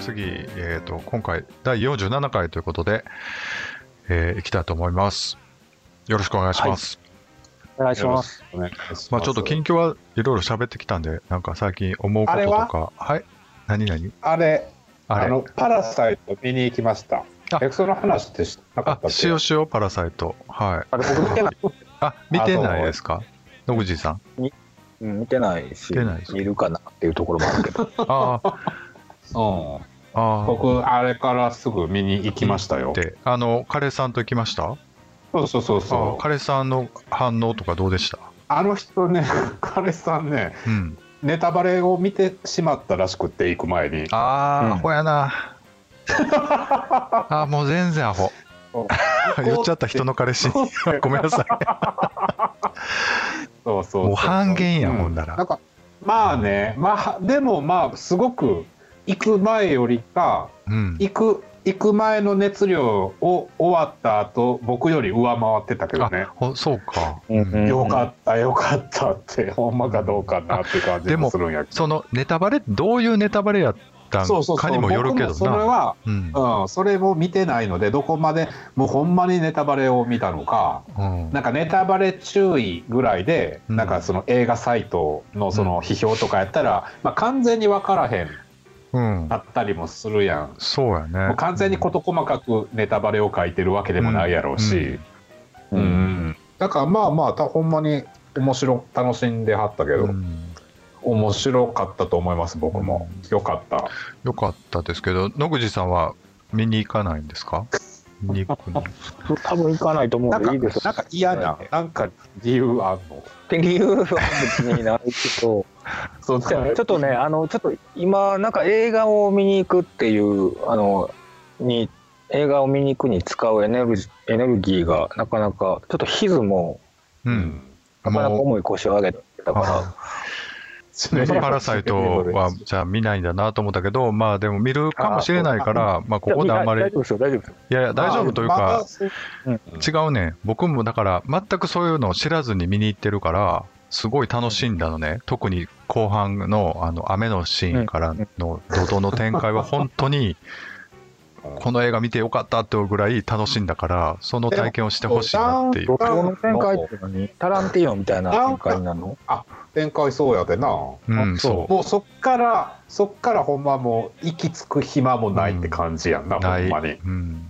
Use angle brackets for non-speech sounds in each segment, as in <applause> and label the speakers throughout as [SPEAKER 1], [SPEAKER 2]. [SPEAKER 1] 次、えーと、今回第47回ということで、えー、いきたいと思います。よろしくお願いします。
[SPEAKER 2] お願いします。
[SPEAKER 3] お願いします。
[SPEAKER 1] まあちょっと近況はいろいろ喋ってきたんで、なんか最近思うこととか、はい何々
[SPEAKER 3] あれ、
[SPEAKER 1] あ
[SPEAKER 3] あ
[SPEAKER 1] れ
[SPEAKER 3] の、パラサイト見に行きました。
[SPEAKER 1] あ
[SPEAKER 3] え、その話ってしなか
[SPEAKER 1] あ
[SPEAKER 3] ったっけ
[SPEAKER 1] 塩塩パラサイト。はい。
[SPEAKER 2] あれ、僕見てない。
[SPEAKER 1] あ、見てないですか野口さん。
[SPEAKER 2] うん見てないし、
[SPEAKER 1] 見てないです
[SPEAKER 2] 見るかなっていうところもあるけど。
[SPEAKER 1] あー
[SPEAKER 3] うん。
[SPEAKER 1] あー。
[SPEAKER 3] 僕、あれからすぐ見に行きましたよ。
[SPEAKER 1] で、あの、カレーさんと行きました
[SPEAKER 3] そうそうそう
[SPEAKER 1] あ
[SPEAKER 3] そう。
[SPEAKER 1] カレーさんの反応とかどうでした
[SPEAKER 3] あの人ね、 <laughs> 彼氏さんね、
[SPEAKER 1] うん。
[SPEAKER 3] ネタバレを見てしまったらしくって、行く前に。
[SPEAKER 1] あー、
[SPEAKER 2] うん
[SPEAKER 1] アホやな。 <laughs> あーもう全然アホ。言っちゃった人の彼氏。ごめんなさい。
[SPEAKER 3] そうそうそう
[SPEAKER 1] もう半減や、
[SPEAKER 3] うん
[SPEAKER 1] ほんなら。
[SPEAKER 3] なんかまあね、まあ、でもまあ、すごく、行く前よりか、
[SPEAKER 1] うん。
[SPEAKER 3] 行く、行く前の熱量を終わった後、僕より上回ってたけどね
[SPEAKER 1] あ。ほそうか。
[SPEAKER 2] うん
[SPEAKER 3] よかった、よかった <laughs> って、ほんまかどうかなって感じ
[SPEAKER 1] でも
[SPEAKER 3] もするんやけど。
[SPEAKER 1] そのネタバレ、どういうネタバレやった
[SPEAKER 3] そうんそうそう
[SPEAKER 1] かにもよるけど
[SPEAKER 3] 僕もそれ
[SPEAKER 1] な。
[SPEAKER 3] は、
[SPEAKER 1] うん。
[SPEAKER 3] うん、それも見てないので、どこまで、もうほんまにネタバレを見たのか、
[SPEAKER 1] うん
[SPEAKER 3] なんかネタバレ注意ぐらいで、
[SPEAKER 1] うん
[SPEAKER 3] なんかその映画サイトのその批評とかやったら、まあ完全に分からへん
[SPEAKER 1] うん。
[SPEAKER 3] あったりもするやん。
[SPEAKER 1] そうやね。
[SPEAKER 3] もう完全に事細かくネタバレを書いてるわけでもないやろうし。
[SPEAKER 2] うん
[SPEAKER 3] うんだからまあまあ、たほんまに面白、楽しんではったけど。
[SPEAKER 1] うん
[SPEAKER 3] 面白かったと思います僕もよかった
[SPEAKER 1] よかったですけど、野口さんは見に行かないんですか見に行くの
[SPEAKER 2] 多分行かないと思う
[SPEAKER 3] なん
[SPEAKER 2] んで
[SPEAKER 3] か
[SPEAKER 2] いいですよ。
[SPEAKER 3] なんか嫌ななんか理由あんの
[SPEAKER 2] 理由は別にないけ <laughs> ど、
[SPEAKER 3] そう
[SPEAKER 2] でもちょっとね、あの、ちょっと今、なんか映画を見に行くっていう、あの、に、映画を見に行くに使うエネルギーエネルギーが、なかなか、ちょっとヒズも、
[SPEAKER 1] う。
[SPEAKER 3] うん
[SPEAKER 2] なかなか
[SPEAKER 1] もう
[SPEAKER 2] 重い腰を上げてたから、
[SPEAKER 1] あーパラサイトはじゃあ見ないんだなと思ったけど、まあでも見るかもしれないから、まあここであんまり、
[SPEAKER 2] 大丈夫ですよ、大丈夫ですよ。
[SPEAKER 1] いやいや大丈夫というか、
[SPEAKER 3] ま
[SPEAKER 1] 違うね。僕もだから全くそういうのを知らずに見に行ってるから、すごい楽しんだのね。特に後半のあの雨のシーンからの怒涛の展開は本当に、この映画見てよかったってぐらい楽しんだから、その体験をしてほしいなっていう。
[SPEAKER 2] 路上の展開っていうのに、タランティーノみたいな展開なの
[SPEAKER 3] 展開そうやでなも
[SPEAKER 1] うん、そう。
[SPEAKER 3] うそっからそっからほんまもう息つく暇もないって感じやんな、ほ
[SPEAKER 1] なんい
[SPEAKER 3] まに。
[SPEAKER 1] うん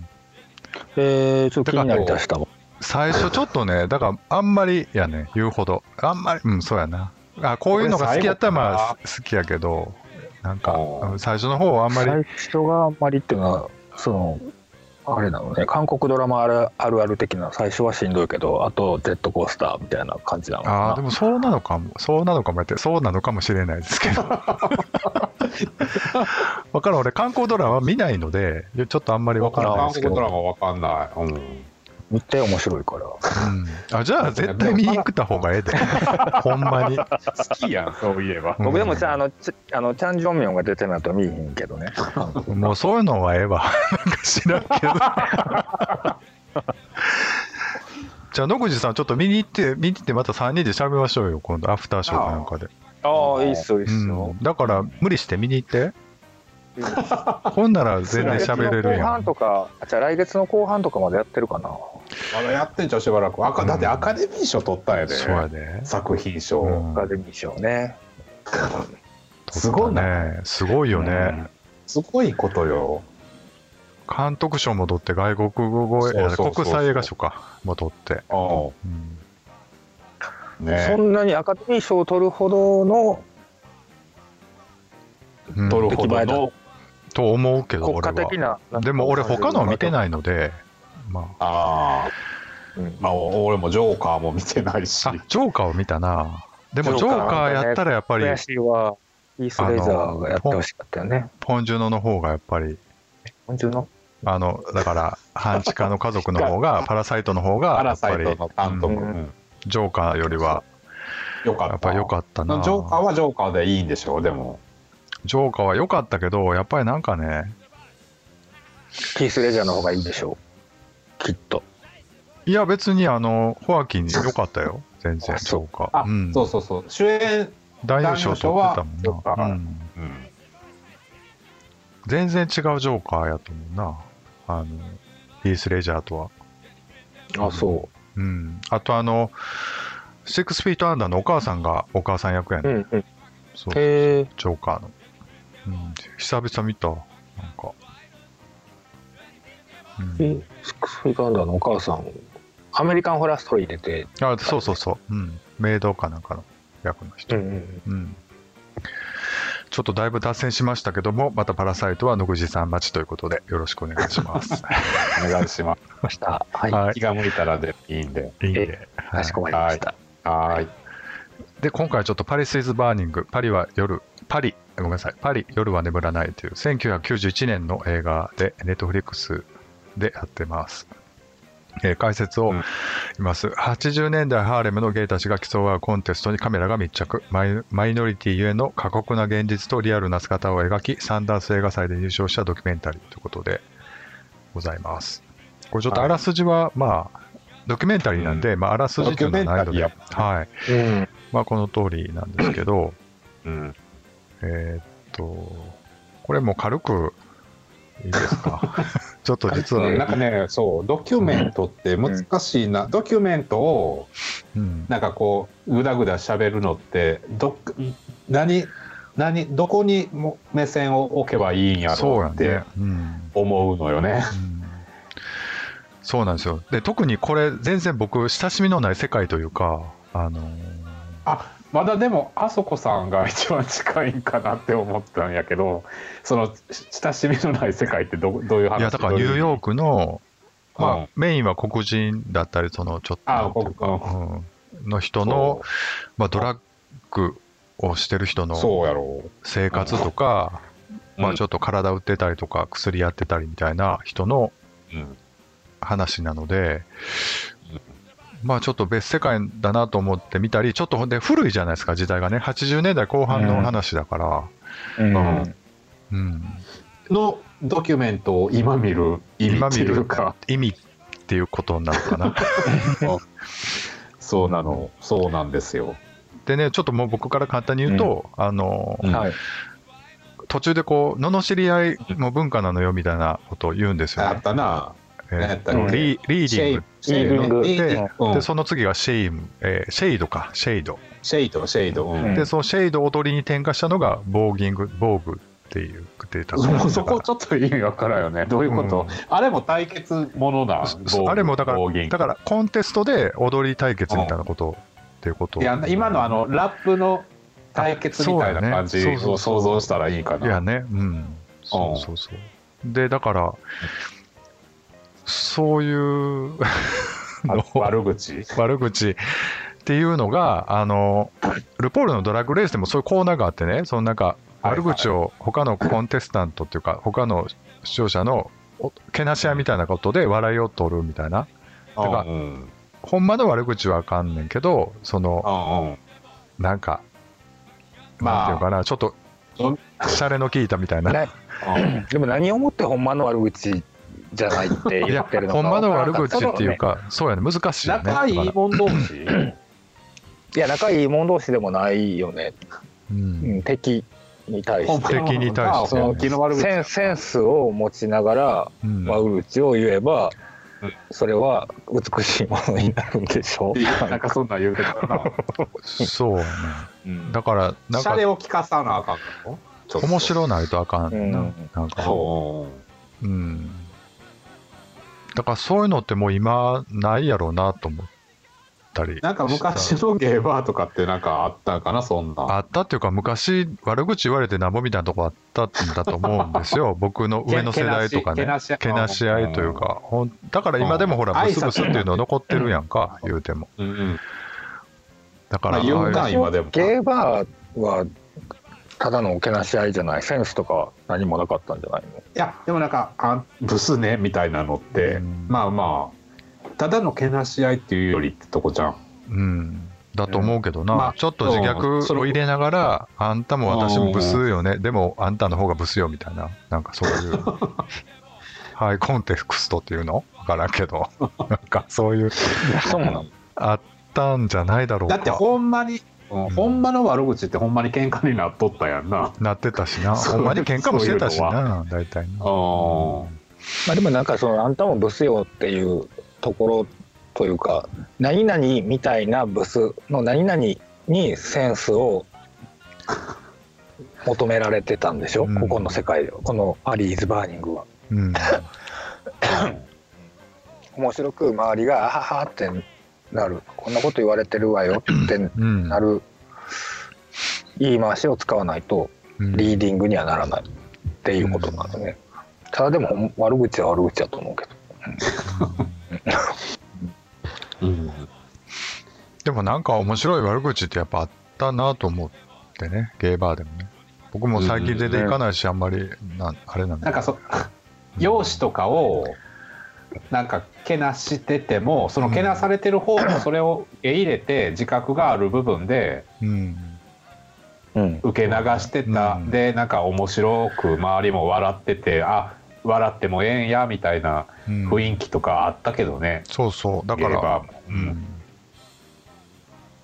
[SPEAKER 2] えー、ちょっと気になりだしたわ。
[SPEAKER 1] 最初ちょっとね、だからあんまりやね、言うほど。あんまり、うん、そうやな。あこういうのが好きやったらまあ好きやけど、なんか
[SPEAKER 3] うん
[SPEAKER 1] うん最初の方はあんまり、
[SPEAKER 2] 最初があんまりっていうのは、その、あれなのね、韓国ドラマあるあるある的な、最初はしんどいけど、あとジェットコースターみたいな感じなのか
[SPEAKER 1] あ
[SPEAKER 2] な。
[SPEAKER 1] あ、でもそうなのかも、そうなのかもやって、そうなのかもしれないですけど。わからん、俺、観光ドラマ見ないので、ちょっとあんまりわからない
[SPEAKER 3] 韓
[SPEAKER 1] です
[SPEAKER 3] 国
[SPEAKER 1] け
[SPEAKER 3] ド
[SPEAKER 1] ど。
[SPEAKER 3] ラマわかんない。うん
[SPEAKER 2] めっちゃ面白いから。
[SPEAKER 1] うんあじゃあ、絶対見に行った方がええで。ほんまに。
[SPEAKER 3] 好きやん、そういえば。
[SPEAKER 1] うん
[SPEAKER 2] 僕でもさ、あの、ちあのチャン・ジョンミョンが出てないと見えへんけどね。
[SPEAKER 1] もうそういうのはええわ。なんか知らんけど。じゃあ野口さんちょっと見に行って見に行ってまた3人で喋りましょうよ今度アフターショーかなんかで、
[SPEAKER 2] ああ、いいっすよ、いいっす
[SPEAKER 1] う
[SPEAKER 2] よ
[SPEAKER 1] ん。だから無理して見に行ってほんなら全然喋れる
[SPEAKER 2] 来月の後
[SPEAKER 1] や
[SPEAKER 2] 半
[SPEAKER 1] ん
[SPEAKER 2] とか、あじゃあ来月の後半とかまでやってるかな。
[SPEAKER 3] まだやってんじゃん、しばらく。あかだってアカデミー賞取ったんやで。
[SPEAKER 1] そうやで、
[SPEAKER 3] 作品賞。
[SPEAKER 1] うん
[SPEAKER 2] アカデミー賞ね。
[SPEAKER 3] すごいな
[SPEAKER 1] ねすごいよね、
[SPEAKER 3] うんすごいことよ。
[SPEAKER 1] 監督賞も取って外国語
[SPEAKER 3] そうそうそうそう
[SPEAKER 1] 国際映画賞かも取って、
[SPEAKER 3] う
[SPEAKER 1] うん
[SPEAKER 3] ん
[SPEAKER 2] そ
[SPEAKER 3] ね、
[SPEAKER 2] んなにアカデミー賞を取るほどの
[SPEAKER 1] うん
[SPEAKER 3] 取るほどの。
[SPEAKER 1] と思うけど
[SPEAKER 2] 国
[SPEAKER 1] 俺
[SPEAKER 2] 家的
[SPEAKER 1] は
[SPEAKER 2] な。
[SPEAKER 1] でも俺他の見て
[SPEAKER 2] い。
[SPEAKER 1] ないのでまあ
[SPEAKER 3] ああ、
[SPEAKER 2] うん
[SPEAKER 3] まあ、お俺もジョーカーも見てないし
[SPEAKER 1] あ、ジョーカーを見たな。でもジ
[SPEAKER 2] ジ
[SPEAKER 1] ョ
[SPEAKER 2] ョ
[SPEAKER 1] ー
[SPEAKER 2] ー
[SPEAKER 1] カ
[SPEAKER 2] カ
[SPEAKER 1] ー
[SPEAKER 2] ー
[SPEAKER 1] やったらやっぱり
[SPEAKER 2] 悔しいは、イースレイザーがやってほしかったよね。
[SPEAKER 1] ポンジュノの方がやっぱり
[SPEAKER 2] 本当の
[SPEAKER 1] あのだから半地下の家族の方が
[SPEAKER 3] <laughs>
[SPEAKER 1] パラサイトの方が
[SPEAKER 3] パ
[SPEAKER 1] や
[SPEAKER 3] ラ
[SPEAKER 1] っぱ
[SPEAKER 3] サイ
[SPEAKER 1] り
[SPEAKER 3] トの監督、
[SPEAKER 2] う
[SPEAKER 3] うんん
[SPEAKER 1] ジョーカーよりは
[SPEAKER 3] よかった。
[SPEAKER 1] やっぱ良かったな。
[SPEAKER 3] ジョーカーはジョーカーでいいんでしょう、でも。
[SPEAKER 1] ジョーカーは良かったけどやっぱりなんかね
[SPEAKER 2] キースレジャーの方がいいでしょう。きっと。
[SPEAKER 1] いや別にあのホアキン良かったよ全然
[SPEAKER 2] あ
[SPEAKER 1] ジ
[SPEAKER 2] そ
[SPEAKER 1] ョーカ
[SPEAKER 3] あ、
[SPEAKER 1] ー。うん
[SPEAKER 3] そうそうそう。主演、
[SPEAKER 1] 男優賞取ってたも
[SPEAKER 3] 男優賞
[SPEAKER 1] ん
[SPEAKER 3] は
[SPEAKER 1] な。うん
[SPEAKER 3] うん
[SPEAKER 1] 全然違うジョーカーやと思うな。あの、ヒース・レジャーとは。
[SPEAKER 2] あ、そ
[SPEAKER 1] うん。あとあの、シックスフィートアンダーのお母さんがお母さん役や
[SPEAKER 2] う。う
[SPEAKER 1] ね、
[SPEAKER 2] んうん。
[SPEAKER 1] そう、ジ
[SPEAKER 2] へえ。
[SPEAKER 1] ョーカーの。うん、久々見たわなんか。う
[SPEAKER 2] え
[SPEAKER 1] ん、
[SPEAKER 2] スクスフィガンダーのお母さん、アメリカンホラーストーリー出て、
[SPEAKER 1] あ、そうそうそう。うん。メイドかなんかの役の人。
[SPEAKER 2] ん、
[SPEAKER 1] うん。ちょっとだいぶ脱線しましたけども、またパラサイトは野口さん待ちということで、よろしくお願いします。
[SPEAKER 3] お願いします。
[SPEAKER 2] した。はい、
[SPEAKER 1] は
[SPEAKER 3] 気が向いたらでいいんで。
[SPEAKER 1] いいんで。は
[SPEAKER 2] か
[SPEAKER 1] い
[SPEAKER 2] しこまりました。
[SPEAKER 3] はーい。
[SPEAKER 1] で今回はちょっとパリスイズバーニングパリは夜パリごめんなさいパリ夜は眠らないという1991年の映画でネットフリックスでやってます、えー解説を
[SPEAKER 3] うん
[SPEAKER 1] います、80年代ハーレムのゲイたちが競い合うコンテストにカメラが密着マイマイノリティゆえの過酷な現実とリアルな姿を描きサンダース映画祭で優勝したドキュメンタリーということでございますこれちょっとあらすじは、まあドキュメンタリーなんで、まあ、あらすじというのはないので、
[SPEAKER 3] ドキュメン
[SPEAKER 1] はい、
[SPEAKER 2] うん。
[SPEAKER 1] まあ、この通りなんですけ
[SPEAKER 3] <coughs>
[SPEAKER 1] ど、
[SPEAKER 3] うん。
[SPEAKER 1] えーっと、これもう軽くいいです
[SPEAKER 3] <laughs>
[SPEAKER 1] か。ちょっと実は、
[SPEAKER 3] なんかね、そう、ドキュメントって難しいな。ドキュメントを、
[SPEAKER 1] うん、
[SPEAKER 3] なんかこう、ぐだぐだ喋るのって、どっ、何、何、どこにも目線を置けばいいんや
[SPEAKER 1] そう
[SPEAKER 3] ろ
[SPEAKER 1] や
[SPEAKER 3] うって
[SPEAKER 1] ね。うん
[SPEAKER 3] 思うのよね。
[SPEAKER 1] うんそうなんですよ。で、特にこれ、全然僕、親しみのない世界というか、あのー
[SPEAKER 3] あまだでもあそこさんが一番近いんかなって思ったんやけどそのし親しみのない世界ってどどういう話
[SPEAKER 1] いや、だからニューヨー
[SPEAKER 3] ク
[SPEAKER 1] クの、まあ
[SPEAKER 3] うん
[SPEAKER 1] メインは黒人だったり、その、ちょっとな
[SPEAKER 3] あ
[SPEAKER 1] んていう
[SPEAKER 3] 黒
[SPEAKER 1] か、うんの人の、まあ、ドラッグをしてる人の
[SPEAKER 3] そうやろう
[SPEAKER 1] 生活とか、
[SPEAKER 3] うん
[SPEAKER 1] まあちょっと体打ってたりとか薬やってたりみたいな人の
[SPEAKER 3] うん
[SPEAKER 1] 話なので、まあちょっと別世界だなと思って見たりちょっとほんで古いじゃないですか時代がね80年代後半の話だから、
[SPEAKER 2] うん。
[SPEAKER 1] うん
[SPEAKER 3] のドキュメントを今見る意味
[SPEAKER 1] 今
[SPEAKER 3] って
[SPEAKER 1] 見
[SPEAKER 3] いう
[SPEAKER 1] る
[SPEAKER 3] か
[SPEAKER 1] 意味っていうことになるか
[SPEAKER 3] <laughs>
[SPEAKER 1] な
[SPEAKER 3] そうなのそうなんですよ
[SPEAKER 1] でねちょっともう僕から簡単に言うと、あの
[SPEAKER 3] うん
[SPEAKER 2] はい。
[SPEAKER 1] 途中でこう罵り合いも文化なのよみたいなことを言うんですよ
[SPEAKER 3] あ
[SPEAKER 1] ね
[SPEAKER 3] っ、たな
[SPEAKER 1] え
[SPEAKER 3] 何やったっけ
[SPEAKER 1] ーリーリー
[SPEAKER 3] シ
[SPEAKER 1] ディ
[SPEAKER 3] ェ
[SPEAKER 1] ング
[SPEAKER 3] イシェイド
[SPEAKER 1] ー
[SPEAKER 2] リ
[SPEAKER 1] ディング
[SPEAKER 3] リーディングう
[SPEAKER 1] で
[SPEAKER 3] ん
[SPEAKER 1] その次がシェイム、えーシェイドかシェイド、
[SPEAKER 3] シェイドシェイド、うん
[SPEAKER 2] うん
[SPEAKER 1] でそのシェイドを踊りに転化したのがボーギングボーグっていうデータ
[SPEAKER 3] <laughs> そこそこちょっと意味わからんよねどういうこと、あれも対決ものだ
[SPEAKER 1] あれもだからだかららコンテストで踊り対決みたいなこと、っていうこと
[SPEAKER 3] いや今のあのラップの対決みたいな感じ
[SPEAKER 1] そうだねそうそ
[SPEAKER 3] を
[SPEAKER 1] うそう
[SPEAKER 3] 想像したらいいか
[SPEAKER 1] いや
[SPEAKER 3] な。
[SPEAKER 1] ねうんそうそうそうでだからそういう <laughs>
[SPEAKER 3] あ
[SPEAKER 1] の
[SPEAKER 3] 悪口。
[SPEAKER 1] 悪口っていうのがあのルポールのドラッグレースでもそういうコーナーがあってねそのなんか
[SPEAKER 3] はい
[SPEAKER 1] 悪口を他のコンテスタントっていうか他の視聴者のおけなし合いみたいなことで笑いを取るみたいな
[SPEAKER 3] うん
[SPEAKER 1] から
[SPEAKER 3] うん
[SPEAKER 1] ほんまの悪口はあかんねんけどその
[SPEAKER 3] うんうん
[SPEAKER 1] なんかなん
[SPEAKER 3] ま
[SPEAKER 1] て
[SPEAKER 3] あ
[SPEAKER 1] いうかなちょっと
[SPEAKER 3] うん
[SPEAKER 1] シャレの効いたみたいな
[SPEAKER 3] うん
[SPEAKER 2] でも何をもってほんまの悪口じゃないって
[SPEAKER 1] い
[SPEAKER 2] 言
[SPEAKER 1] や
[SPEAKER 2] ってるの
[SPEAKER 1] ほ
[SPEAKER 2] か
[SPEAKER 1] んまの悪
[SPEAKER 2] わからん
[SPEAKER 1] 口
[SPEAKER 2] か
[SPEAKER 1] っていうかそうやね難しいよね
[SPEAKER 3] 仲いい
[SPEAKER 1] だか
[SPEAKER 3] 者同士。
[SPEAKER 2] いや仲いい者同士でもないよね、
[SPEAKER 1] らうん
[SPEAKER 2] うん、敵に対し
[SPEAKER 3] 本当
[SPEAKER 2] て
[SPEAKER 3] の
[SPEAKER 1] 敵に対して
[SPEAKER 3] その気の悪口
[SPEAKER 2] センセンスを持ちながら
[SPEAKER 1] うん
[SPEAKER 2] 悪口を言えば
[SPEAKER 3] うん
[SPEAKER 2] それは美しいものになるんでしょう
[SPEAKER 3] なんかそんなん言うてたな。
[SPEAKER 1] そうやね
[SPEAKER 3] うん
[SPEAKER 1] だからなん
[SPEAKER 3] シ
[SPEAKER 1] か
[SPEAKER 3] ャレを聞かさなあかんの。ちょっと
[SPEAKER 1] 面白ないとあかんな,、
[SPEAKER 2] うんん、
[SPEAKER 1] なんか
[SPEAKER 3] そう
[SPEAKER 1] うんだからそういうのってもう今ないやろうなと思ったり
[SPEAKER 3] なんか昔
[SPEAKER 1] した
[SPEAKER 3] のゲーバーとかってなんかあったんかなそんな。
[SPEAKER 1] あったっていうか昔悪口言われてなんぼみたいなとこあったんだと思うんです <laughs> よ僕の上の世代とかね
[SPEAKER 3] なし
[SPEAKER 1] けなし合いという。かほんだから今でもほら
[SPEAKER 3] うん
[SPEAKER 1] ブスブスっていうの残ってるやんか言うても
[SPEAKER 3] うんうん
[SPEAKER 1] だから
[SPEAKER 3] まあ言うたん
[SPEAKER 1] ああいう
[SPEAKER 3] 今でも
[SPEAKER 2] ゲーバーはただのおけなし合いじゃないセンスとか何もなかったんじゃないの
[SPEAKER 3] いやでもなんかあんブスねみたいなのって、
[SPEAKER 1] うん
[SPEAKER 3] まあまあただのけなし合いっていうよりってとこじゃん
[SPEAKER 1] うんだと思うけど
[SPEAKER 3] まあ
[SPEAKER 1] なちょっと自虐を入れながらあんたも私もブスよねでもあんたの方がブスよみたいななんかそう <laughs> いうはいコンテクストっていうの分からんけどなんかそういう
[SPEAKER 2] そうなの
[SPEAKER 1] あったんじゃないだろう
[SPEAKER 3] だ
[SPEAKER 1] か
[SPEAKER 3] ってほんまにうんほんまの悪口ってほんまに喧嘩になっとったやんな。
[SPEAKER 1] なってたしな。
[SPEAKER 3] そう
[SPEAKER 1] ほんまに喧嘩もしてたし
[SPEAKER 3] そういう
[SPEAKER 1] な、大体な。
[SPEAKER 3] あ
[SPEAKER 2] まあでもなんかそのあんたもブスよっていうところというか何々みたいなブスの何々にセンスを求められてたんでしょ、
[SPEAKER 1] うん
[SPEAKER 2] ここの世界ではこの「アリーズ・バーニングは」
[SPEAKER 1] うん。
[SPEAKER 2] 面白く周りが「あはは」ってなるこんなこと言われてるわよって
[SPEAKER 1] うん。
[SPEAKER 2] なる言い回しを使わないと
[SPEAKER 1] うん
[SPEAKER 2] リーディングにはならないっていうことなんですね、ただでもほん悪口は悪口だと思うけど
[SPEAKER 3] あ。うん。
[SPEAKER 1] でもなんか面白い悪口ってやっぱあったなと思ってね、ゲイバーでもね。僕も最近出ていかないし、あんまりなん、あれなん
[SPEAKER 3] なん
[SPEAKER 1] だ
[SPEAKER 3] かそ、容姿とかを、なんか、けなしてても、そのけなされてる方もそれを受け入れて、自覚がある部分で
[SPEAKER 1] うん。
[SPEAKER 2] うん
[SPEAKER 3] 受け流してた。
[SPEAKER 1] うん
[SPEAKER 3] で、なんか面白く周りも笑ってて、あ、笑ってもええんや、みたいな
[SPEAKER 1] うん
[SPEAKER 3] 雰囲気とかあったけどね。
[SPEAKER 1] そうそう。だか
[SPEAKER 3] ゲイ
[SPEAKER 1] ら、
[SPEAKER 3] バーも
[SPEAKER 1] うん。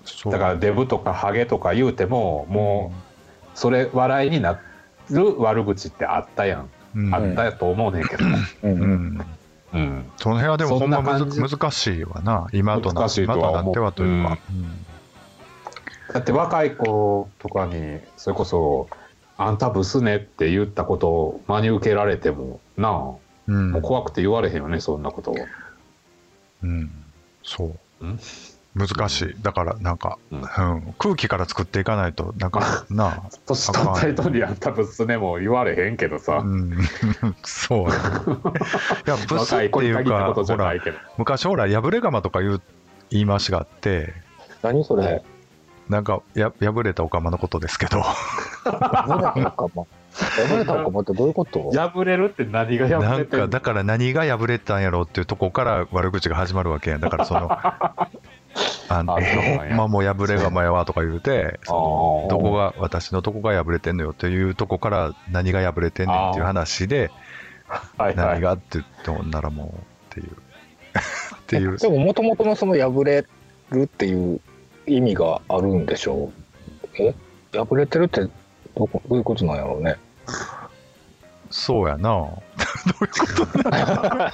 [SPEAKER 1] そう
[SPEAKER 3] だからデブとかハゲとか言うてももうそれ笑いになる悪口ってあったやん、
[SPEAKER 1] うん、
[SPEAKER 3] あったやと思うねん
[SPEAKER 1] <clears throat>
[SPEAKER 3] けど、
[SPEAKER 2] う
[SPEAKER 1] うんん。
[SPEAKER 3] うん、
[SPEAKER 1] その辺はでもほんまむ
[SPEAKER 3] そんな
[SPEAKER 1] ず
[SPEAKER 3] 感
[SPEAKER 1] 難しいわな、今とな
[SPEAKER 3] 難
[SPEAKER 1] っ
[SPEAKER 3] しい
[SPEAKER 1] 今
[SPEAKER 3] と
[SPEAKER 1] と
[SPEAKER 3] は
[SPEAKER 1] な
[SPEAKER 3] 思
[SPEAKER 1] っ
[SPEAKER 3] う
[SPEAKER 1] てはというか。
[SPEAKER 3] だって若い子とかにそれこそ「あんたブスね」って言ったことを真に受けられてもなあも
[SPEAKER 1] うん。うん
[SPEAKER 3] う怖くて言われへんよねそんなこと
[SPEAKER 1] うん、そう
[SPEAKER 3] うん。
[SPEAKER 1] 難しい。だから、なんか、
[SPEAKER 3] う
[SPEAKER 1] うんん、空気から作っていかないと、なんか、
[SPEAKER 3] <laughs>
[SPEAKER 1] な
[SPEAKER 3] 年取った人に「あんたブスね」も言われへんけど
[SPEAKER 1] あ、
[SPEAKER 3] さ、
[SPEAKER 1] うん、 <laughs> そうや。い
[SPEAKER 3] <laughs>
[SPEAKER 1] や、ブスっ
[SPEAKER 3] 若
[SPEAKER 1] て
[SPEAKER 3] い子に
[SPEAKER 1] いう
[SPEAKER 3] 限った
[SPEAKER 1] か、
[SPEAKER 3] ことじ
[SPEAKER 1] ほ
[SPEAKER 3] ゃな
[SPEAKER 1] ら
[SPEAKER 3] い、けど
[SPEAKER 1] 昔ほら、破れ釜とかいう言い回しがあって、
[SPEAKER 2] 何それ
[SPEAKER 1] なんか、や破れたお釜のことですけど、
[SPEAKER 2] 破れたかも破れたかもってどういう <laughs> こと
[SPEAKER 3] 破れるって何が破
[SPEAKER 1] な
[SPEAKER 3] れ
[SPEAKER 1] ん
[SPEAKER 3] てんの
[SPEAKER 1] か、だから何が破れたんやろうっていうとこから悪口が始まるわけやん。だから、その、
[SPEAKER 3] <laughs>
[SPEAKER 1] あの
[SPEAKER 3] あそうなんや
[SPEAKER 1] まあもう破れ釜やわとか言うて、その
[SPEAKER 3] あー
[SPEAKER 1] どこが、私のどこが破れてんのよっていうとこから何が破れてんねんっていう話で、
[SPEAKER 3] はいは
[SPEAKER 1] 何
[SPEAKER 3] い
[SPEAKER 1] がって言ってもんならもうって <laughs> いう。っていう。
[SPEAKER 2] でももともとのその破れるっていう意味があるんでしょうえ破れてるってどこどういうことなんやろうね
[SPEAKER 1] そうやな。 <laughs> どういうことなの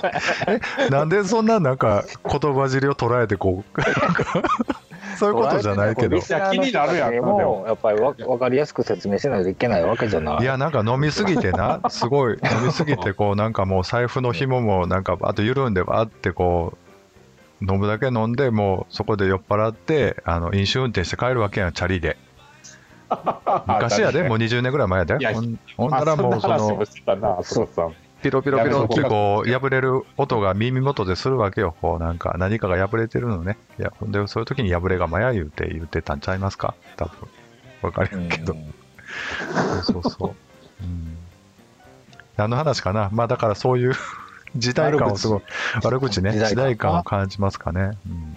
[SPEAKER 1] <laughs> えなんでそんななんか言葉尻を捉えてこう、なんか <laughs> そういうことじゃないけど
[SPEAKER 2] リ。スナーの人たちにもやっぱりわ分かりやすく説明しないといけないわけじゃない
[SPEAKER 1] いや、なんか飲みすぎて
[SPEAKER 3] <laughs>
[SPEAKER 1] な、すごい飲みすぎて、こうなんかもう財布の紐もなんか、あと緩んでわーってこう、飲むだけ飲んで、もうそこで酔っ払って、あの飲酒運転して帰るわけやん、チャリで。昔
[SPEAKER 3] <laughs>
[SPEAKER 1] やで、もう20年ぐらい前やで。
[SPEAKER 3] いや
[SPEAKER 1] ほんほん
[SPEAKER 3] あ
[SPEAKER 1] ならもうそ
[SPEAKER 3] そんな話
[SPEAKER 1] の
[SPEAKER 3] も、してたなそうさん
[SPEAKER 1] ピロピロピロってこう、破れる音が耳元でするわけよ。こう、なんか、何かが破れてるのね。いや、ほんで、そういう時に破れがまや言うて言ってたんちゃいますか多分。わかり
[SPEAKER 2] う
[SPEAKER 1] や
[SPEAKER 2] ん
[SPEAKER 1] んけど。そうそうそう。うん。何の話かなまあ、だからそう <laughs> いう時代感をすごい、悪口ね、
[SPEAKER 2] 時代感
[SPEAKER 1] 時代感を感じますかね。うん。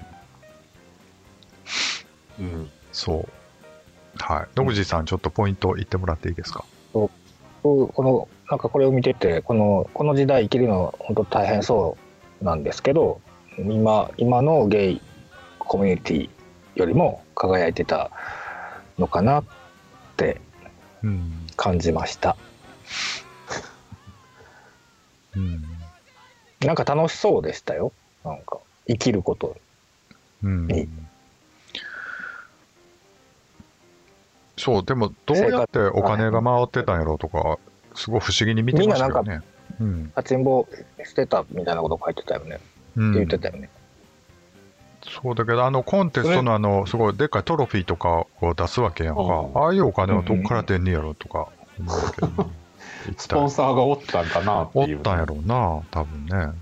[SPEAKER 3] うん
[SPEAKER 1] そう。はい。野口さん、ちょっとポイント言ってもらっていいですか
[SPEAKER 2] このなんかこれを見ててこのこの時代生きるのは本当大変そうなんですけど今今のゲイコミュニティよりも輝いてたのかなって
[SPEAKER 1] うん。
[SPEAKER 2] 感じました
[SPEAKER 1] うん。
[SPEAKER 2] なんか楽しそうでしたよなんか生きること
[SPEAKER 1] うん
[SPEAKER 2] いい
[SPEAKER 1] そう、でもどうやってお金が回ってたんやろうとか、すごい不思議に見てましたよね。うん、
[SPEAKER 2] 立ちんぼしてたみたいなこと書いてたよね、
[SPEAKER 1] うん
[SPEAKER 2] 言ってたよね
[SPEAKER 1] そうだけど、あのコンテストのあの、すごいでっかいトロフィーとかを出すわけやんか、
[SPEAKER 3] うん
[SPEAKER 1] ああいうお金はどっから出んねやろうとか思うけど、
[SPEAKER 3] <laughs> スポンサーがおったんかなって
[SPEAKER 1] おっ
[SPEAKER 3] いう
[SPEAKER 1] たんやろうな、多分ね。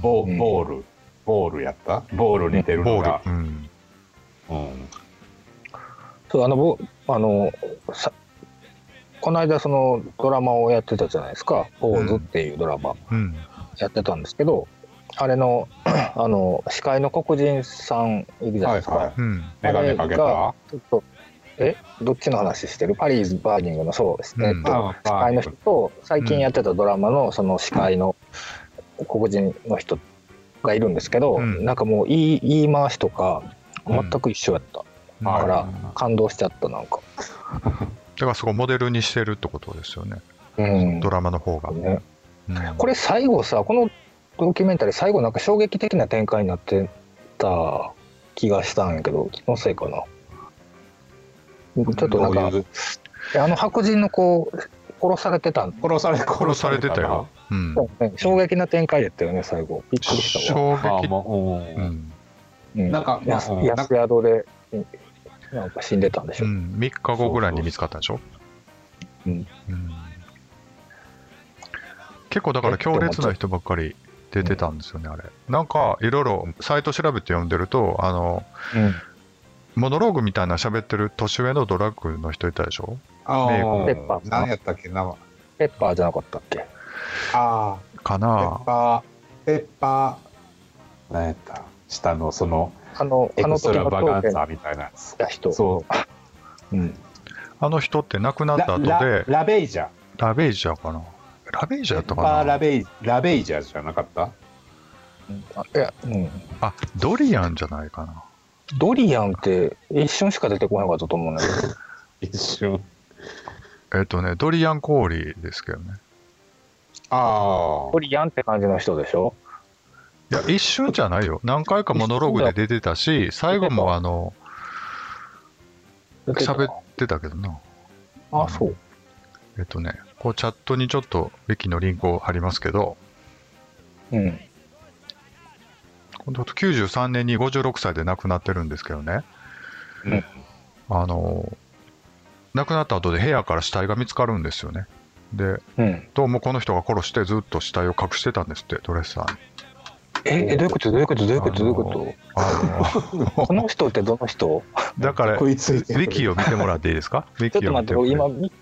[SPEAKER 3] ボボール、ボールやったボールに出るの
[SPEAKER 1] ボ
[SPEAKER 3] が
[SPEAKER 1] ー、ル。うん。
[SPEAKER 3] うん
[SPEAKER 2] そうあのぼあのさこの間そのドラマをやってたじゃないですか「ポーズ」っていうドラマ
[SPEAKER 1] うん。
[SPEAKER 2] やってたんですけど、あれの <clears throat> あの司会の黒人さんいるじゃない
[SPEAKER 3] はい
[SPEAKER 2] ですか、
[SPEAKER 3] はい
[SPEAKER 1] うん。
[SPEAKER 3] 眼鏡かけた
[SPEAKER 2] あちょっとえどっちの話してるパリーズ・バーニングのそうですね、
[SPEAKER 1] うん
[SPEAKER 2] えっと
[SPEAKER 3] あ
[SPEAKER 2] 司会の人と最近やってたドラマのその司会の黒人の人がいるんですけど、
[SPEAKER 1] うん
[SPEAKER 2] なんかもう言い言い回しとか
[SPEAKER 1] うん
[SPEAKER 2] 全く一緒やった、だか
[SPEAKER 3] は
[SPEAKER 2] ら感動しちゃったなんか、
[SPEAKER 1] だからそこモデルにしてるってことですよね、
[SPEAKER 2] うん
[SPEAKER 1] ドラマの方が。
[SPEAKER 2] ね、
[SPEAKER 1] うん
[SPEAKER 2] これ最後さこのドキュメンタリー最後なんか衝撃的な展開になってた気がしたんやけど気のせいかなちょっとなん
[SPEAKER 3] ど
[SPEAKER 2] か
[SPEAKER 3] ういう
[SPEAKER 2] あの白人の子殺されてたん
[SPEAKER 3] 殺され
[SPEAKER 1] 殺されてたよ。。うん
[SPEAKER 2] そうね衝撃な展開やったよね最後びっくりしたわ、
[SPEAKER 1] 衝
[SPEAKER 3] 殺され
[SPEAKER 1] 撃
[SPEAKER 3] てたかなあ、もう、
[SPEAKER 1] うん
[SPEAKER 3] う、
[SPEAKER 1] ん
[SPEAKER 2] うん
[SPEAKER 3] なんか
[SPEAKER 2] 安
[SPEAKER 3] うん
[SPEAKER 2] 安宿でなんか死んでたんでし
[SPEAKER 1] う
[SPEAKER 2] ょ、
[SPEAKER 1] ん、3日後ぐらいに見つかったんでしょ
[SPEAKER 2] うん
[SPEAKER 1] うん結構だから強烈な人ばっかり出てたんですよね、あれ。なんかいろいろサイト調べて読んでると、あの、モノローグみたいな喋ってる年上のドラッグの人いたでしょ
[SPEAKER 3] あ
[SPEAKER 2] ペッパ
[SPEAKER 3] あ、
[SPEAKER 2] ー
[SPEAKER 3] 何やったっけな。あ
[SPEAKER 2] ペッパーじゃなかったっけ
[SPEAKER 3] あ
[SPEAKER 1] か
[SPEAKER 3] ー、ペッ
[SPEAKER 1] な
[SPEAKER 3] パー、ペッパー、何やった下のその、
[SPEAKER 2] あの
[SPEAKER 3] エ
[SPEAKER 2] あ
[SPEAKER 3] ク
[SPEAKER 2] の
[SPEAKER 3] スト
[SPEAKER 2] 時
[SPEAKER 3] ラ
[SPEAKER 2] の
[SPEAKER 3] バガ
[SPEAKER 2] 当
[SPEAKER 3] ン
[SPEAKER 2] 時
[SPEAKER 3] ザみたいなやつ。
[SPEAKER 2] た人
[SPEAKER 3] そう。
[SPEAKER 2] うん
[SPEAKER 1] あの人って亡くなっ
[SPEAKER 3] ラ
[SPEAKER 1] た後
[SPEAKER 3] ラ
[SPEAKER 1] で、
[SPEAKER 3] ラベイジャ。
[SPEAKER 1] ラベージャーかなラベージャーやった
[SPEAKER 3] ペッパ
[SPEAKER 1] か
[SPEAKER 3] ーラ
[SPEAKER 1] な
[SPEAKER 3] ベイラベイジャじゃなかった
[SPEAKER 2] あいやうん
[SPEAKER 1] あ、ドリアンじゃないかな。
[SPEAKER 2] ドリアンって一瞬しか出てこなかったと思うんだけど
[SPEAKER 3] 一瞬。
[SPEAKER 1] えっとね、ドリアン氷ですけどね。
[SPEAKER 3] あ
[SPEAKER 2] ドリアンって感じの人でしょ
[SPEAKER 1] いや、一瞬じゃないよ。何回かモノローグで出てたし、最後もあの、
[SPEAKER 2] 出てた
[SPEAKER 1] 喋ってたけどな。
[SPEAKER 2] あそう
[SPEAKER 1] えっとね、こうチャットにちょっとウィキのリンクを貼りますけど、
[SPEAKER 2] うん
[SPEAKER 1] 今度93年に56歳で亡くなってるんですけどね。
[SPEAKER 3] うん
[SPEAKER 1] あの、亡くなった後で部屋から死体が見つかるんですよね。で、
[SPEAKER 2] うん
[SPEAKER 1] どうもこの人が殺してずっと死体を隠してたんですって、ドレッサーに。
[SPEAKER 2] ええどういうことどういうことどういうことどういうこ <laughs>
[SPEAKER 1] あの
[SPEAKER 2] とこの人ってどの人
[SPEAKER 1] だか
[SPEAKER 3] あ。
[SPEAKER 1] ら、ウ
[SPEAKER 3] 食いついて
[SPEAKER 1] ィキ
[SPEAKER 3] を。
[SPEAKER 1] を見てもらっていいです
[SPEAKER 2] <laughs>
[SPEAKER 1] かウィ
[SPEAKER 2] ちょっ
[SPEAKER 1] キ
[SPEAKER 2] と
[SPEAKER 1] を
[SPEAKER 2] 待っ
[SPEAKER 1] 見ても
[SPEAKER 2] て僕
[SPEAKER 1] ら
[SPEAKER 2] 今
[SPEAKER 1] って。
[SPEAKER 2] み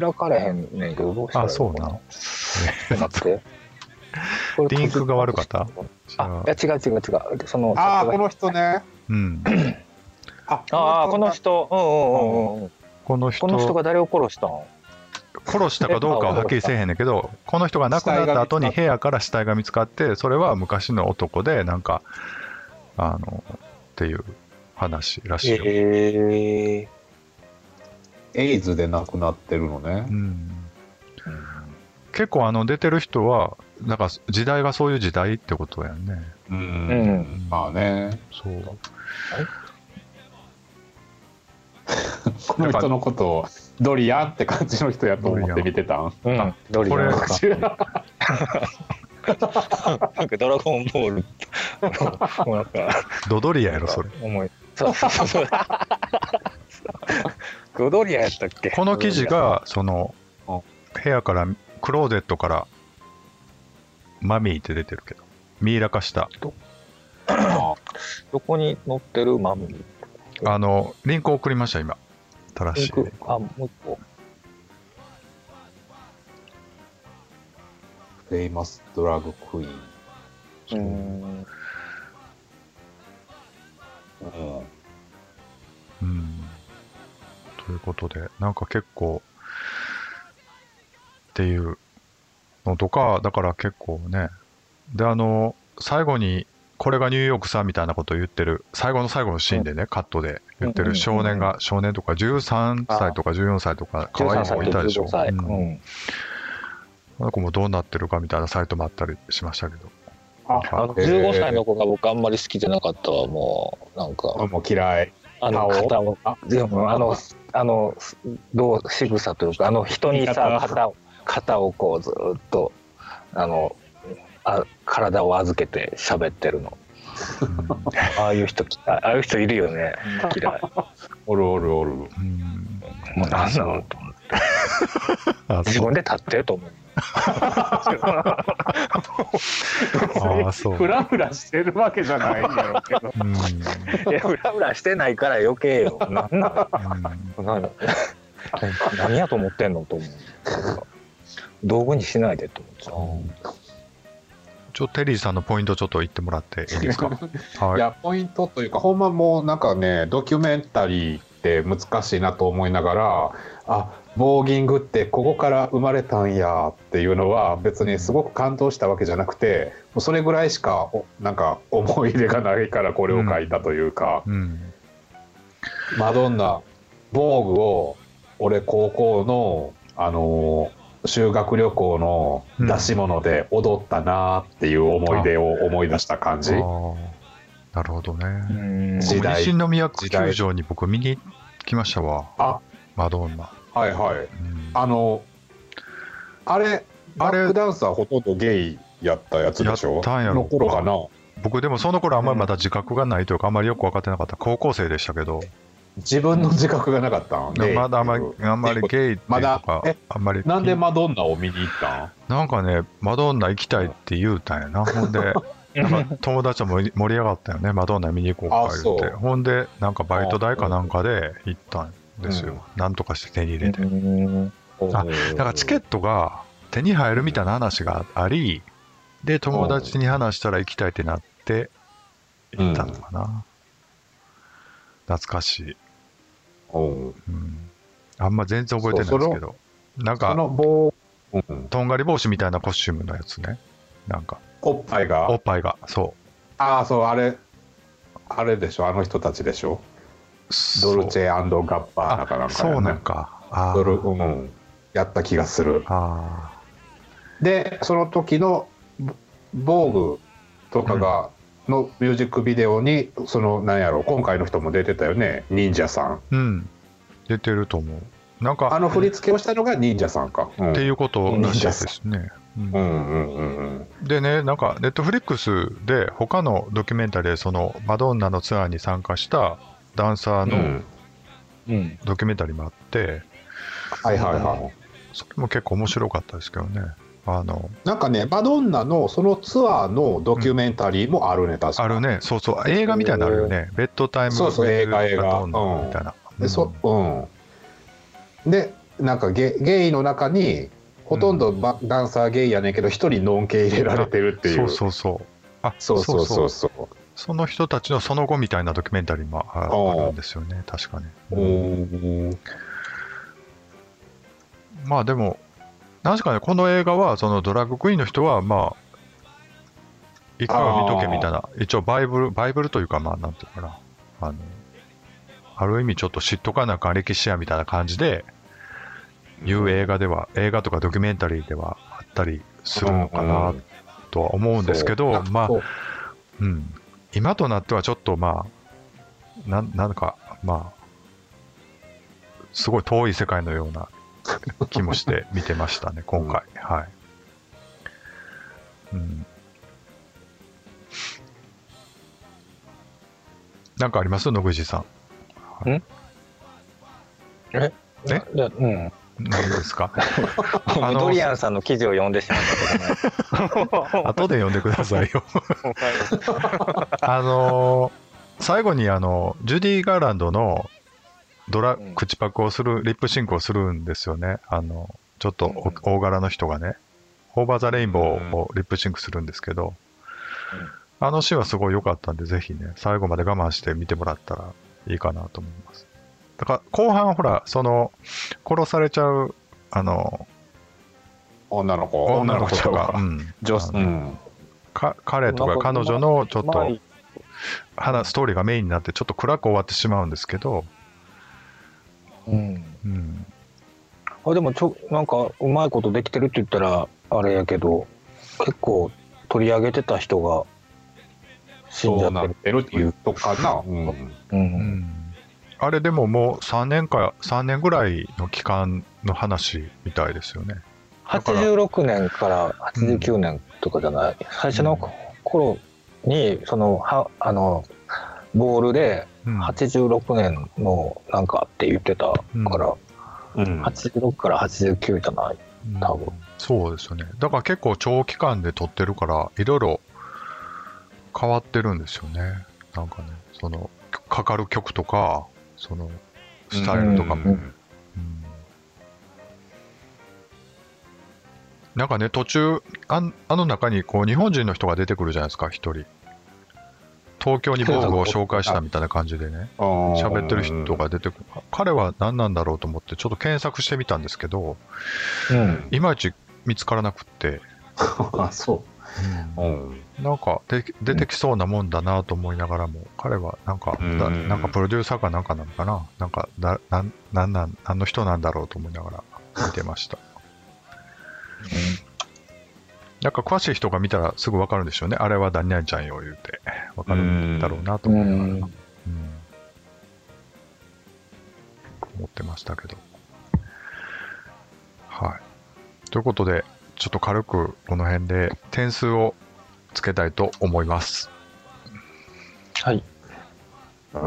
[SPEAKER 2] 開かれへんねんけどどうしたら
[SPEAKER 1] あ、
[SPEAKER 2] いい
[SPEAKER 1] そ
[SPEAKER 2] の
[SPEAKER 1] う
[SPEAKER 2] か
[SPEAKER 1] な
[SPEAKER 2] な
[SPEAKER 1] の。
[SPEAKER 2] <laughs> ちょっと待ってこれ
[SPEAKER 1] リンクが悪かった
[SPEAKER 2] あいや違う違う違うその
[SPEAKER 3] ああ、この人ね。
[SPEAKER 1] うん。
[SPEAKER 3] あ
[SPEAKER 2] ああこの
[SPEAKER 3] 人
[SPEAKER 2] 人うんうんうんうんうん
[SPEAKER 1] この人
[SPEAKER 2] この人が誰を殺したん
[SPEAKER 1] 殺したかどうかははっきりせえへんねんけど、この人が亡くなった後に部屋から死体が見つかって、それは昔の男で、なんか、あの、っていう話らしいよ。
[SPEAKER 2] ええ
[SPEAKER 3] エイズで亡くなってるのね
[SPEAKER 1] う。ん、結構あの出てる人は、なんか時代がそういう時代ってことやんね。
[SPEAKER 3] う
[SPEAKER 2] うん
[SPEAKER 3] ん。まあね。
[SPEAKER 1] そう。
[SPEAKER 3] この人のことをドリアンって感じの人やと思って見てたん。
[SPEAKER 2] うんドリアン
[SPEAKER 1] これ
[SPEAKER 2] さん <laughs> なんかドラゴンボール <laughs> のもうなんか
[SPEAKER 1] ドドリアやろ、それ。
[SPEAKER 2] 思いそう <laughs> そうそうそうグドリアやったっけ
[SPEAKER 1] この記事が、その、
[SPEAKER 3] う
[SPEAKER 1] 部屋から、クローゼットから、マミーって出てるけど、ミイラ化した。
[SPEAKER 2] どこに載ってるマミー
[SPEAKER 1] あの、リンク送りました、今。たら
[SPEAKER 2] リン
[SPEAKER 1] しい。
[SPEAKER 2] クあもう一個
[SPEAKER 3] フェイマスドラッグクイーン。
[SPEAKER 2] うーん
[SPEAKER 3] うん
[SPEAKER 1] うんということで、なんか結構、っていうのとか、だから結構ね、で、あの、最後に、これがニューヨークさみたいなことを言ってる、最後の最後のシーンでね、カットで言って
[SPEAKER 2] うん
[SPEAKER 1] る
[SPEAKER 2] うんうんうん
[SPEAKER 1] 少年が、少年とか13歳とか14歳とか、可愛い
[SPEAKER 2] 13
[SPEAKER 1] 子が
[SPEAKER 2] 歳
[SPEAKER 1] いたでしょ
[SPEAKER 2] 15。歳、
[SPEAKER 1] うん
[SPEAKER 2] うん、
[SPEAKER 1] あの子もどうなってるかみたいなサイトもあったりしましたけど。
[SPEAKER 3] あ
[SPEAKER 2] あの15歳の子が僕あんまり好きじゃなかったわもうなんか
[SPEAKER 3] 俺も嫌い。
[SPEAKER 2] あの
[SPEAKER 3] 顔
[SPEAKER 2] 肩を
[SPEAKER 3] あ
[SPEAKER 2] 全部あのあのどう仕草というかあの人にさ
[SPEAKER 3] 肩
[SPEAKER 2] 肩を肩をこうずーっとあのあ体を預けて喋ってるの
[SPEAKER 1] うん
[SPEAKER 2] ああいう人嫌いああいう人いるよね嫌い
[SPEAKER 3] おるおるおる。
[SPEAKER 1] うん
[SPEAKER 2] もう何なのと思って
[SPEAKER 1] あ
[SPEAKER 2] 自
[SPEAKER 1] そう
[SPEAKER 2] 分で立ってと思う
[SPEAKER 1] あーそう
[SPEAKER 3] フラフラしてるわけじゃないんだろうけど。
[SPEAKER 1] うん
[SPEAKER 2] いやフラフラしてないから余計よ何なの
[SPEAKER 1] うん
[SPEAKER 2] 何 <laughs> 何やと思ってんのと思う道具にしないでと思って
[SPEAKER 1] ちょテリーさんのポイントちょっと言ってもらっていいですかはい
[SPEAKER 3] やポイントというかほんまもうなんかねドキュメンタリーって難しいなと思いながらあボーギングってここから生まれたんやっていうのは別にすごく感動したわけじゃなくてもうそれぐらいしかおなんか思い入れがないからこれを書いたというか、
[SPEAKER 1] うん
[SPEAKER 3] マドンナ、防具を、俺高校の、あのー修学旅行の出し物で踊ったなーっていう思い出を思い出した感じ。
[SPEAKER 1] あーなるほどね。
[SPEAKER 2] うん
[SPEAKER 3] 時代
[SPEAKER 1] 西宮球場に僕見に来ましたわ。
[SPEAKER 3] あ、
[SPEAKER 1] マドンナ。
[SPEAKER 3] はいはい。
[SPEAKER 1] うん
[SPEAKER 3] あの、あれ、
[SPEAKER 1] あ
[SPEAKER 3] バ
[SPEAKER 1] れ
[SPEAKER 3] ックダンサーほとんどゲイやったやつでしょ
[SPEAKER 1] やったんやろ
[SPEAKER 3] の頃かな。
[SPEAKER 1] 僕でもその頃あんまりまだ自覚がないというか、あんまりよく分かってなかった。高校生でしたけど、
[SPEAKER 3] 自分の自覚がなかったんで。
[SPEAKER 1] まだあんまり、あんまりゲイっていう
[SPEAKER 3] ま
[SPEAKER 1] と
[SPEAKER 3] だ
[SPEAKER 1] か
[SPEAKER 3] え、
[SPEAKER 1] あんまり。
[SPEAKER 3] なんでマドンナを見に行ったん
[SPEAKER 1] なんかね、マドンナ行きたいって言うたんやな。ほんで、なんか友達も盛り上がったよね、マドンナ見に行こうか言っ
[SPEAKER 3] あ
[SPEAKER 1] て。
[SPEAKER 3] そう
[SPEAKER 1] ほんで、なんかバイト代かなんかで行ったんですよ。なんとかして手に入れて。
[SPEAKER 2] うん
[SPEAKER 1] あだからチケットが手に入るみたいな話があり、で、友達に話したら行きたいってなって、行ったのかな。懐かしい。
[SPEAKER 3] うん
[SPEAKER 1] うん。あんま全然覚えてないですけど。なん
[SPEAKER 3] そ
[SPEAKER 1] か、
[SPEAKER 3] の棒、うん、
[SPEAKER 1] とんがり帽子みたいなコスチュームのやつね。なんか、
[SPEAKER 3] おっぱいが
[SPEAKER 1] おっぱいが、そう。
[SPEAKER 3] ああそうあれあれでしょあの人たちでしょドルチェガッパー
[SPEAKER 1] あ
[SPEAKER 3] なかなんか、ね、
[SPEAKER 1] そうなんか。あ
[SPEAKER 3] ドル、
[SPEAKER 1] ー
[SPEAKER 3] うん、やった気がする
[SPEAKER 1] あ
[SPEAKER 3] でその時のぼ防具とかが、のミュージックビデオにそのなんやろ今回の人も出てたよね忍者さん
[SPEAKER 1] ー。うん。出てると思う。なん
[SPEAKER 3] あ
[SPEAKER 1] か、
[SPEAKER 3] の振り付けをしたのが忍者さんか、うん、
[SPEAKER 1] っていうことらしいですね。うん
[SPEAKER 3] うんうんうんうん
[SPEAKER 1] でね、なんか、ネットフリックスで、他のドキュメンタリーで、その、マドンナのツアーに参加したダンサー
[SPEAKER 3] う
[SPEAKER 1] の
[SPEAKER 3] ん
[SPEAKER 2] うん
[SPEAKER 1] ドキュメンタリーもあって、
[SPEAKER 3] はいはいはい
[SPEAKER 1] それも結構面白かったですけどね。あの、
[SPEAKER 3] なんかねマドンナのそのツアーのドキュメンタリーもあるね確か
[SPEAKER 1] あるね、そうそう、映画みたいなのあるよね。ベッドタイム
[SPEAKER 3] そうそう
[SPEAKER 1] ベ
[SPEAKER 3] 映
[SPEAKER 1] ルが
[SPEAKER 3] 画映画
[SPEAKER 1] どうのみたいな。
[SPEAKER 3] でそうん、でなんかゲゲイの中にほとんどバ、ダンサーゲイやねんけど一人ノン系入れられてるっていう
[SPEAKER 1] そうそうそう。あ、
[SPEAKER 3] そうそうそう
[SPEAKER 1] そ
[SPEAKER 3] そう
[SPEAKER 1] その人たちのその後みたいなドキュメンタリーもあ
[SPEAKER 3] ああ
[SPEAKER 1] あるんですよね、確かね。
[SPEAKER 3] うーん
[SPEAKER 1] まあでも、なぜかね、この映画は、そのドラッグクイーンの人は、まあ、一回は見とけみたいな、一応バイブル、バイブルというか、まあ、なんていうかな、あの、ある意味ちょっと知っとかなあかん歴史やみたいな感じで、いう映画では、映画とかドキュメンタリーではあったりするのかなとは思うんですけど、まあ、
[SPEAKER 3] そう
[SPEAKER 1] うん、今となってはちょっとまあなんなんかまあすごい遠い世界のような気もして見てましたね今回、はい、うん、なんかあります野口さえ
[SPEAKER 2] じゃあうん
[SPEAKER 1] ん何ですかあの
[SPEAKER 4] ドリアンさんの記事を読んでしまったけどね
[SPEAKER 1] <laughs> 後で読んでくださいよ
[SPEAKER 4] は
[SPEAKER 1] あのー最後にあのジュディ・ガーランドのドラ、
[SPEAKER 4] うん
[SPEAKER 1] 口パクをするリップシンクをするんですよねあのちょっと
[SPEAKER 4] う
[SPEAKER 1] お
[SPEAKER 4] ん
[SPEAKER 1] 大柄の人がね「オーバー・ザ・レインボー」をリップシンクするんですけど、あのシーンはすごい良かったんでぜひね最後まで我慢して見てもらったらいいかなと思いますだから後半ほらその殺されちゃうあの
[SPEAKER 3] 女の子
[SPEAKER 1] 女の子とか、う
[SPEAKER 3] 女の子とか
[SPEAKER 1] ん、
[SPEAKER 3] 女子
[SPEAKER 1] う
[SPEAKER 3] うん
[SPEAKER 1] か彼とか彼女のちょっと、
[SPEAKER 4] い
[SPEAKER 1] 話ストーリーがメインになってちょっと暗く終わってしまうんですけど、
[SPEAKER 2] うん
[SPEAKER 1] うん、
[SPEAKER 2] あでもちょなんかうまいことできてるって言ったらあれやけど結構取り上げてた人が死んじ
[SPEAKER 3] そ
[SPEAKER 2] ゃ
[SPEAKER 3] うな
[SPEAKER 2] っ
[SPEAKER 3] っ
[SPEAKER 2] る
[SPEAKER 3] ててるっていうとかな、うん
[SPEAKER 2] うん
[SPEAKER 1] あれでももう3年か3年ぐらいの期間の話みたいですよねから
[SPEAKER 2] 86年から89年とかじゃない、最初の頃にそのはあのボールで
[SPEAKER 1] うん
[SPEAKER 2] 86年のなんかって言ってたから、
[SPEAKER 3] うん
[SPEAKER 2] 86から89じゃない多分
[SPEAKER 1] そうですよねだから結構長期間で撮ってるからいろいろ変わってるんですよねなんかねそのかかる曲とかそのスタイルとかも、
[SPEAKER 3] うん
[SPEAKER 1] うんなんかね途中あんあの中にこう日本人の人が出てくるじゃないですか一人東京に防具を紹介したみたいな感じでね喋ってる人が出てくる彼は何なんだろうと思ってちょっと検索してみたんですけど
[SPEAKER 2] うん
[SPEAKER 1] いまいち見つからなくって
[SPEAKER 3] あそううん、
[SPEAKER 1] なんかで出てきそうなもんだなと思いながらも、彼はなんか、
[SPEAKER 3] うん
[SPEAKER 1] だなんかプロデューサーかなんかなのかな、なんかだなんなんなん何の人なんだろうと思いながら見てました。なんか詳しい人が見たらすぐ分かるんでしょうね、あれは何々ちゃんよ言うて、分かるんだろうなと思いながら、うん思ってましたけど。はい。ということで、ちょっと軽くこの辺で点数をつけたいと思います。
[SPEAKER 2] はい。
[SPEAKER 3] うん、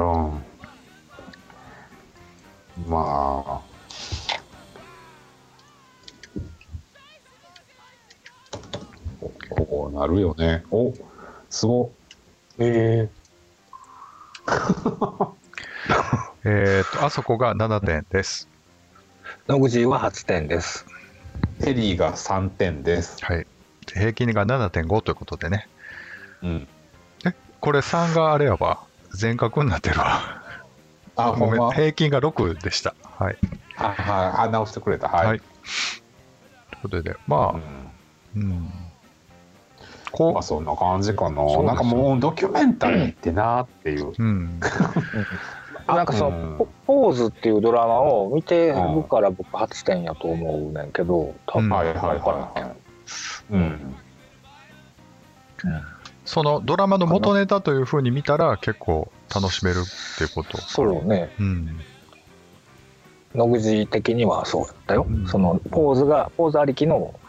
[SPEAKER 3] まあこうなるよねおすごえ
[SPEAKER 1] えっ、と、あそこが7点です。
[SPEAKER 2] 野口は8点です。
[SPEAKER 3] ー、テリーが3点です、
[SPEAKER 1] はい。平均が7.5ということでね。
[SPEAKER 3] うん、
[SPEAKER 1] これ3があれやば、全角になってるわ。
[SPEAKER 3] あ
[SPEAKER 1] ごめ
[SPEAKER 3] ごめん
[SPEAKER 1] ん、
[SPEAKER 3] はい
[SPEAKER 1] 平均が6でした。はい。
[SPEAKER 3] はいあ直してくれたはい、
[SPEAKER 1] はいということで、まあ、うん。
[SPEAKER 3] うんま
[SPEAKER 1] こ
[SPEAKER 3] あ、そんな感じかな、
[SPEAKER 1] そうですよ
[SPEAKER 3] なんかもうドキュメンタリーってなっていう、
[SPEAKER 1] う、うん。
[SPEAKER 2] なんかそ
[SPEAKER 3] うん
[SPEAKER 2] の、ポポーズっていうドラマを見てるから僕8点やと思うねんけど、多分、
[SPEAKER 1] うん
[SPEAKER 3] はいはいはいはいうん
[SPEAKER 1] そのドラマの元ネタというふうに見たら結構楽しめるっていうこと。
[SPEAKER 2] そうね。
[SPEAKER 1] うん。
[SPEAKER 2] 野口的にはそうだったよ、
[SPEAKER 1] うん
[SPEAKER 2] そのポーズがポーズありきの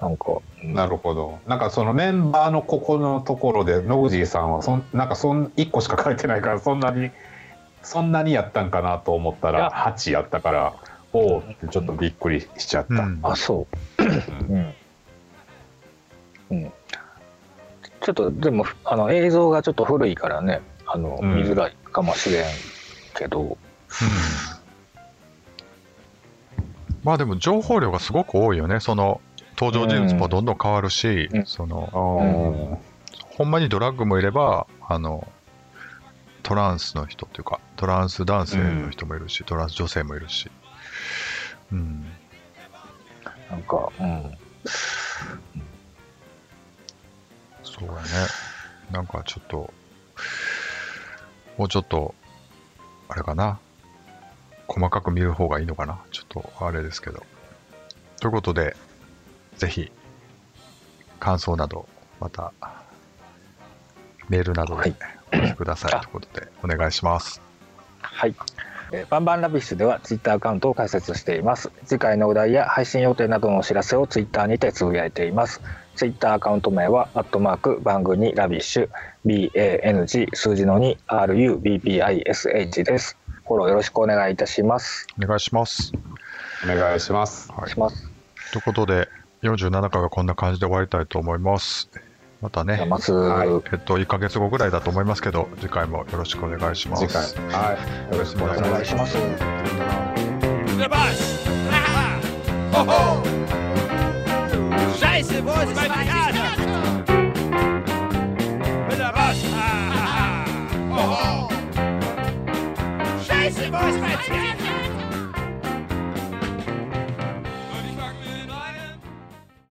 [SPEAKER 2] なんか
[SPEAKER 3] なるほどなんかそのメンバーのここのところで野口さんはそんなんかそん1個しか書いてないからそんなにそんなにやったんかなと思った
[SPEAKER 2] い
[SPEAKER 3] ら
[SPEAKER 2] や
[SPEAKER 3] 8やったからおおってちょっとびっくりしちゃった、
[SPEAKER 1] うん
[SPEAKER 2] あそううん、うん、ちょっとでもあの映像がちょっと古いからねあの、
[SPEAKER 3] うん
[SPEAKER 2] 見づらいかもしれんけど
[SPEAKER 1] まあでも情報量がすごく多いよね。その登場人物もどんどん変わるし、
[SPEAKER 2] うん
[SPEAKER 1] その
[SPEAKER 3] あー
[SPEAKER 1] ほんまにドラッグもいればあのトランスの人というかトランス男性の人もいるし、トランス女性もいるし、うん、
[SPEAKER 2] なんか、うん、
[SPEAKER 1] そうやねなんかちょっともうちょっとあれかな細かく見る方がいいのかなちょっとあれですけどということでぜひ感想などまたメールなど
[SPEAKER 2] は
[SPEAKER 1] で
[SPEAKER 2] い
[SPEAKER 1] お聞きください、
[SPEAKER 2] あ
[SPEAKER 1] ということでお願いします
[SPEAKER 2] はい。えーバンバンラビッシュではツイッターアカウントを開設しています。次回のお題や配信予定などのお知らせをツイッターにてつぶやいています。ツイッターアカウント名は、アットマーク、番組ラビッシュ、BANG、数字の2、RUBBISH です。フォローよろしくお願いいたします。
[SPEAKER 1] お願いします
[SPEAKER 3] お願いします
[SPEAKER 1] はい
[SPEAKER 2] します。
[SPEAKER 1] ということで、47回はこんな感じで終わりたいと思います。また
[SPEAKER 2] じゃあ
[SPEAKER 1] ね、
[SPEAKER 2] まず、
[SPEAKER 3] はい
[SPEAKER 1] えっと、1ヶ月後ぐらいだと思いますけど、次回もよろしくお願いしま
[SPEAKER 3] 次
[SPEAKER 1] す。
[SPEAKER 3] 回はいよろしくお願
[SPEAKER 2] お
[SPEAKER 3] いしま
[SPEAKER 2] 願
[SPEAKER 3] す
[SPEAKER 2] いします。
[SPEAKER 5] Scheiße, wo ist mein Theater? Mit der Bosch. Ah, ah, ah. Hoho. Scheiße, wo ist mein Theater?